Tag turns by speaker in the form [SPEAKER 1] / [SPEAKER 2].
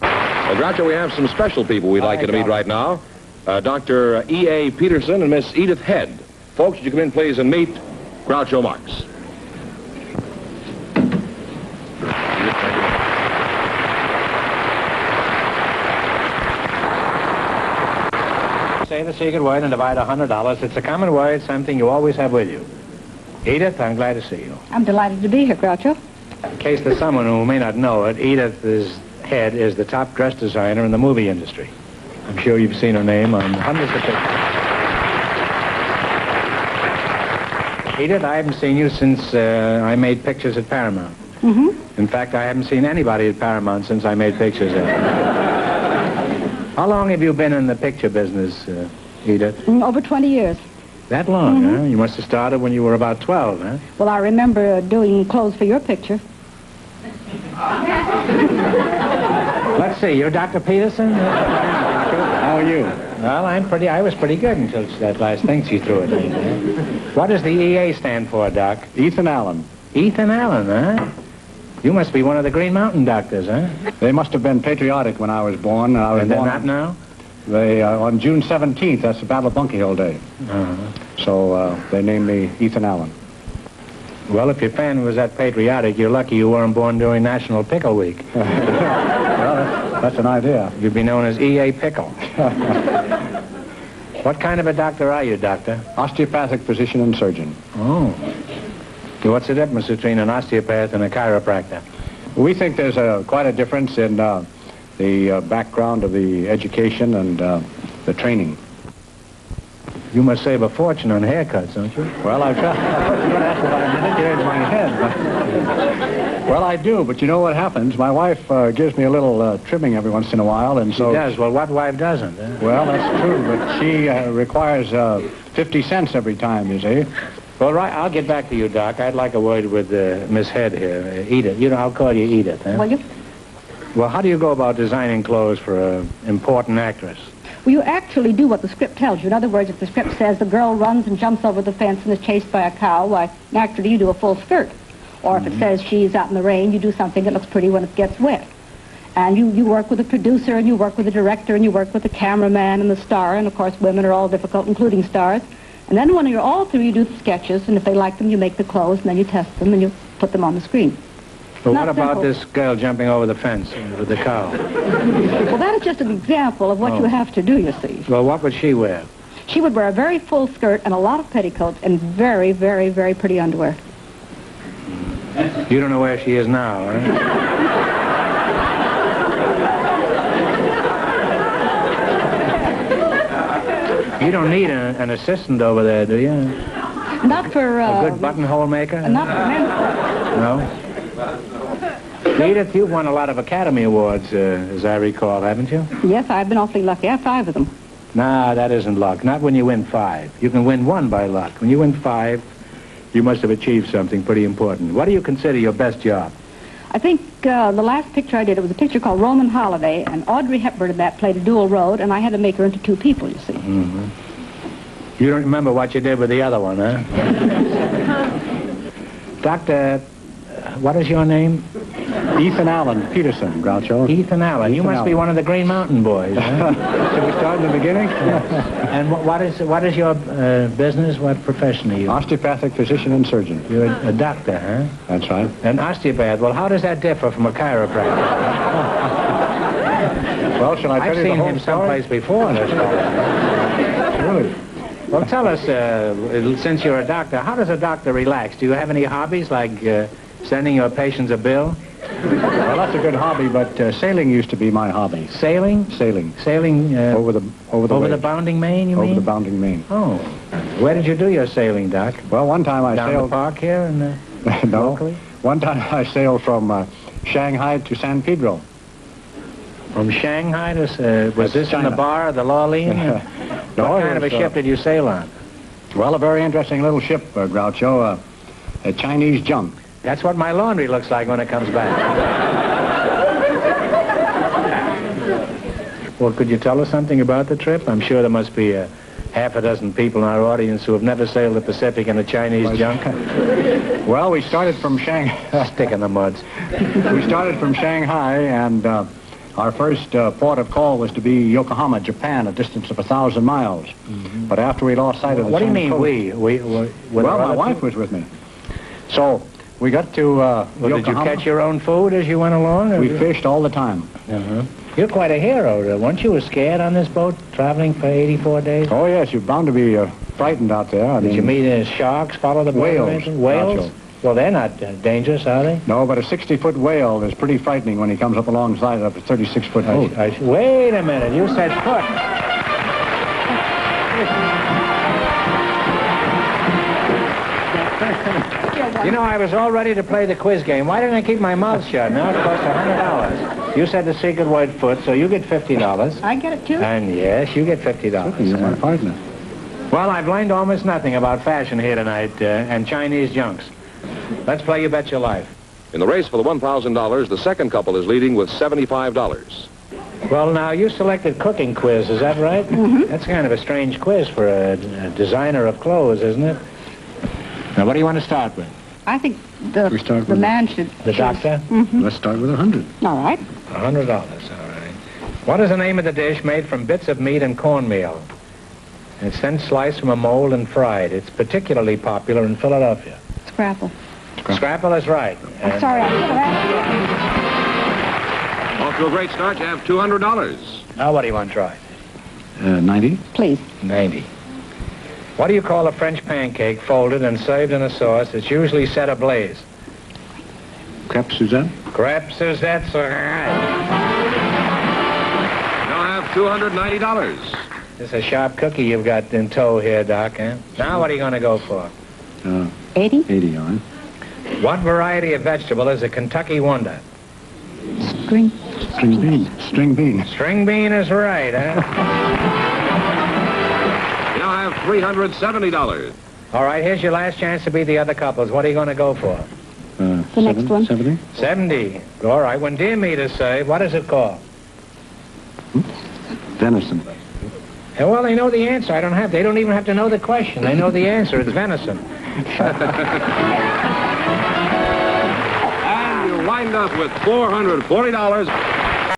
[SPEAKER 1] Well, Groucho, we have some special people we'd like
[SPEAKER 2] Hi,
[SPEAKER 1] you to meet
[SPEAKER 2] Doc.
[SPEAKER 1] right now. Uh, Dr. E.A. Peterson and Miss Edith Head. Folks, would you come in, please, and meet Groucho Marx.
[SPEAKER 2] Say the secret word and divide a hundred dollars. It's a common word, something you always have with you. Edith, I'm glad to see you.
[SPEAKER 3] I'm delighted to be here, Groucho.
[SPEAKER 2] In case there's someone who may not know it, Edith is, Head is the top dress designer in the movie industry. I'm sure you've seen her name on hundreds of pictures. Edith, I haven't seen you since uh, I made pictures at Paramount. Mm-hmm. In fact, I haven't seen anybody at Paramount since I made pictures there. How long have you been in the picture business, uh, Edith?
[SPEAKER 3] Mm, Over 20 years.
[SPEAKER 2] That long, huh? You must have started when you were about 12, huh?
[SPEAKER 3] Well, I remember uh, doing clothes for your picture.
[SPEAKER 2] Let's see, you're Dr. Peterson? How are you? Well, I'm pretty, I was pretty good until that last thing she threw at me. What does the EA stand for, Doc?
[SPEAKER 4] Ethan Allen.
[SPEAKER 2] Ethan Allen, huh? You must be one of the Green Mountain doctors, huh?
[SPEAKER 4] They must have been patriotic when I was born. I was
[SPEAKER 2] And they're
[SPEAKER 4] born
[SPEAKER 2] not now?
[SPEAKER 4] they, uh, on June 17th. That's the Battle of Bunker Hill Day.
[SPEAKER 2] Uh-huh.
[SPEAKER 4] So uh, they named me Ethan Allen.
[SPEAKER 2] Well, if your plan was that patriotic, you're lucky you weren't born during National Pickle Week.
[SPEAKER 4] That's an idea.
[SPEAKER 2] You'd be known as EA Pickle. what kind of a doctor are you, Doctor?
[SPEAKER 4] Osteopathic physician and surgeon.
[SPEAKER 2] Oh. What's the difference between an osteopath and a chiropractor?
[SPEAKER 4] We think there's a, quite a difference in uh, the uh, background of the education and uh, the training.
[SPEAKER 2] You must save a fortune on haircuts, don't you?
[SPEAKER 4] Well, I've tried. you don't ask about it. It in my head. but- well, I do, but you know what happens? My wife uh, gives me a little uh, trimming every once in a while, and so.
[SPEAKER 2] She does. Well, what wife doesn't? Huh?
[SPEAKER 4] Well, that's true, but she uh, requires uh, 50 cents every time, you see.
[SPEAKER 2] Well, right. I'll get back to you, Doc. I'd like a word with uh, Miss Head here, uh, Edith. You know, I'll call you Edith. Huh?
[SPEAKER 3] Will you?
[SPEAKER 2] Well, how do you go about designing clothes for an important actress?
[SPEAKER 3] Well, you actually do what the script tells you. In other words, if the script says the girl runs and jumps over the fence and is chased by a cow, why, naturally, you do a full skirt. Or if it says she's out in the rain, you do something that looks pretty when it gets wet. And you, you work with a producer, and you work with a director, and you work with the cameraman and the star, and of course, women are all difficult, including stars. And then when you're all through, you do the sketches, and if they like them, you make the clothes, and then you test them, and you put them on the screen.
[SPEAKER 2] But
[SPEAKER 3] Not
[SPEAKER 2] what about
[SPEAKER 3] simple.
[SPEAKER 2] this girl jumping over the fence uh, with the cow?
[SPEAKER 3] Well, that is just an example of what
[SPEAKER 2] Oh.
[SPEAKER 3] you have to do, you see.
[SPEAKER 2] Well, what would she wear?
[SPEAKER 3] She would wear a very full skirt and a lot of petticoats and very, very, very pretty underwear.
[SPEAKER 2] You don't know where she is now, huh? You don't need a, an assistant over there, do you?
[SPEAKER 3] Not for, uh...
[SPEAKER 2] A good buttonhole maker?
[SPEAKER 3] Not for men.
[SPEAKER 2] No. Edith, you've won a lot of Academy Awards, uh, as I recall, haven't you?
[SPEAKER 3] Yes, I've been awfully lucky. I have five of them.
[SPEAKER 2] Nah, that isn't luck. Not when you win five. You can win one by luck. When you win five, you must have achieved something pretty important. What do you consider your best job?
[SPEAKER 3] I think uh, the last picture I did, it was a picture called Roman Holiday, and Audrey Hepburn in that played a dual road, and I had to make her into two people, you see.
[SPEAKER 2] Mm. You don't remember what you did with the other one, huh? Doctor, uh, what is your name?
[SPEAKER 4] Ethan Allen Peterson, Groucho.
[SPEAKER 2] Ethan Allen. you
[SPEAKER 4] Ethan
[SPEAKER 2] must be
[SPEAKER 4] Allen.
[SPEAKER 2] one of the Green Mountain Boys. huh?
[SPEAKER 4] Should we start in the beginning?
[SPEAKER 2] and wh- what is what is your uh, business? What profession are you?
[SPEAKER 4] Osteopathic physician and surgeon.
[SPEAKER 2] You're a, a doctor, huh?
[SPEAKER 4] That's right.
[SPEAKER 2] An osteopath. Well, how does that differ from a chiropractor?
[SPEAKER 4] Well, shall I tell
[SPEAKER 2] I've
[SPEAKER 4] you the
[SPEAKER 2] seen
[SPEAKER 4] whole
[SPEAKER 2] him
[SPEAKER 4] story?
[SPEAKER 2] someplace before. This fellow.
[SPEAKER 4] Really?
[SPEAKER 2] well, tell us, uh, since you're a doctor, how does a doctor relax? Do you have any hobbies like uh, sending your patients a bill,
[SPEAKER 4] Well, that's a good hobby, but uh, sailing used to be my hobby.
[SPEAKER 2] sailing,
[SPEAKER 4] Sailing.
[SPEAKER 2] sailing uh,
[SPEAKER 4] Over the over the
[SPEAKER 2] over
[SPEAKER 4] way-
[SPEAKER 2] the bounding main? You
[SPEAKER 4] over
[SPEAKER 2] mean?
[SPEAKER 4] the bounding main.
[SPEAKER 2] oh, where did you do your sailing, Doc?
[SPEAKER 4] Well, one time I
[SPEAKER 2] Down the
[SPEAKER 4] sailed.
[SPEAKER 2] park here and. Uh,
[SPEAKER 4] no.
[SPEAKER 2] locally?
[SPEAKER 4] One time I sailed from uh, Shanghai to San Pedro.
[SPEAKER 2] From Shanghai to, uh, was
[SPEAKER 4] That's
[SPEAKER 2] this in the
[SPEAKER 4] China.
[SPEAKER 2] bar of the Lawline?
[SPEAKER 4] No,
[SPEAKER 2] what
[SPEAKER 4] it
[SPEAKER 2] kind of a
[SPEAKER 4] was, uh,
[SPEAKER 2] ship did you sail on?
[SPEAKER 4] Well, a very interesting little ship, uh, Groucho. Uh, a Chinese junk.
[SPEAKER 2] That's what my laundry looks like when it comes back. well, could you tell us something about the trip? I'm sure there must be uh, half a dozen people in our audience who have never sailed the Pacific in a Chinese junk.
[SPEAKER 4] Well, we started from Shanghai.
[SPEAKER 2] Stick in the muds.
[SPEAKER 4] we started from Shanghai and uh, Our first uh, port of call was to be Yokohama, Japan, a distance of a thousand miles. But after we lost sight of the
[SPEAKER 2] Mm-hmm. What do you
[SPEAKER 4] China
[SPEAKER 2] mean,
[SPEAKER 4] coast-
[SPEAKER 2] we? We, we were
[SPEAKER 4] Well,
[SPEAKER 2] there
[SPEAKER 4] my
[SPEAKER 2] other
[SPEAKER 4] wife
[SPEAKER 2] people?
[SPEAKER 4] was with me. So we got to uh,
[SPEAKER 2] Well, did you
[SPEAKER 4] Yokohama.
[SPEAKER 2] catch your own food as you went along? or-
[SPEAKER 4] We fished all the time.
[SPEAKER 2] Uh-huh. You're quite a hero, uh, weren't you? Were scared on this boat, traveling for 84 days?
[SPEAKER 4] Oh yes, you're bound to be uh, frightened out there. I
[SPEAKER 2] Did
[SPEAKER 4] mean,
[SPEAKER 2] you meet any sharks, follow the boat? or
[SPEAKER 4] Whales,
[SPEAKER 2] anything? Whales?
[SPEAKER 4] Nacho.
[SPEAKER 2] Well, they're not uh, dangerous, are they?
[SPEAKER 4] No, but a 60-foot whale is pretty frightening when he comes up alongside of a 36-foot
[SPEAKER 2] I-
[SPEAKER 4] boat.
[SPEAKER 2] I- wait a minute, you said foot. You know, I was all ready to play the quiz game. Why didn't I keep my mouth shut? Now it costs $100. You said the secret word foot, so you get $50.
[SPEAKER 3] I get it too.
[SPEAKER 2] And yes, you get $50.
[SPEAKER 4] You're my partner.
[SPEAKER 2] Well, I've learned almost nothing about fashion here tonight uh, and Chinese junks. Let's play You Bet Your Life.
[SPEAKER 1] In the race for the $1,000, the second couple is leading with $75.
[SPEAKER 2] Well, now, you selected cooking quiz, is that right? Mm-hmm. That's kind of a strange quiz for a, a designer of clothes, isn't it? Now, what do you want to start with?
[SPEAKER 3] I think the,
[SPEAKER 4] We start
[SPEAKER 3] the
[SPEAKER 4] with-
[SPEAKER 3] man should...
[SPEAKER 2] The doctor?
[SPEAKER 4] Let's start with a 100.
[SPEAKER 3] All right.
[SPEAKER 2] A $100, all right. What is the name of the dish made from bits of meat and cornmeal? It's then sliced from a mold and fried. It's particularly popular in Philadelphia.
[SPEAKER 3] Scrapple.
[SPEAKER 2] Scrapple is right.
[SPEAKER 3] I'm
[SPEAKER 2] And-
[SPEAKER 3] sorry, I should have asked you.
[SPEAKER 1] Off to a great start. You have $200.
[SPEAKER 2] Now, what do you want to try?
[SPEAKER 4] Uh, 90.
[SPEAKER 3] Please.
[SPEAKER 2] 90. What do you call a French pancake folded and served in a sauce that's usually set ablaze?
[SPEAKER 4] Crap Suzanne.
[SPEAKER 2] Crap Suzette Sarai.
[SPEAKER 1] You'll have $290.
[SPEAKER 2] This is a sharp cookie you've got in tow here, Doc, eh? Now what are you going to go for?
[SPEAKER 3] 80?
[SPEAKER 4] 80, all right.
[SPEAKER 2] What variety of vegetable is a Kentucky wonder?
[SPEAKER 3] Green.
[SPEAKER 4] String bean. String bean.
[SPEAKER 2] String bean is right, eh?
[SPEAKER 1] You'll have $370.
[SPEAKER 2] All right, here's your last chance to beat the other couples. What are you going to go for?
[SPEAKER 4] Uh,
[SPEAKER 3] The next one.
[SPEAKER 4] 70.
[SPEAKER 2] 70. All right, when deer meat is served, what is it called?
[SPEAKER 4] Venison.
[SPEAKER 2] Eh, Well, they know the answer. I don't have. They don't even have to know the question. They know the answer. It's venison.
[SPEAKER 1] And you wind up with $440.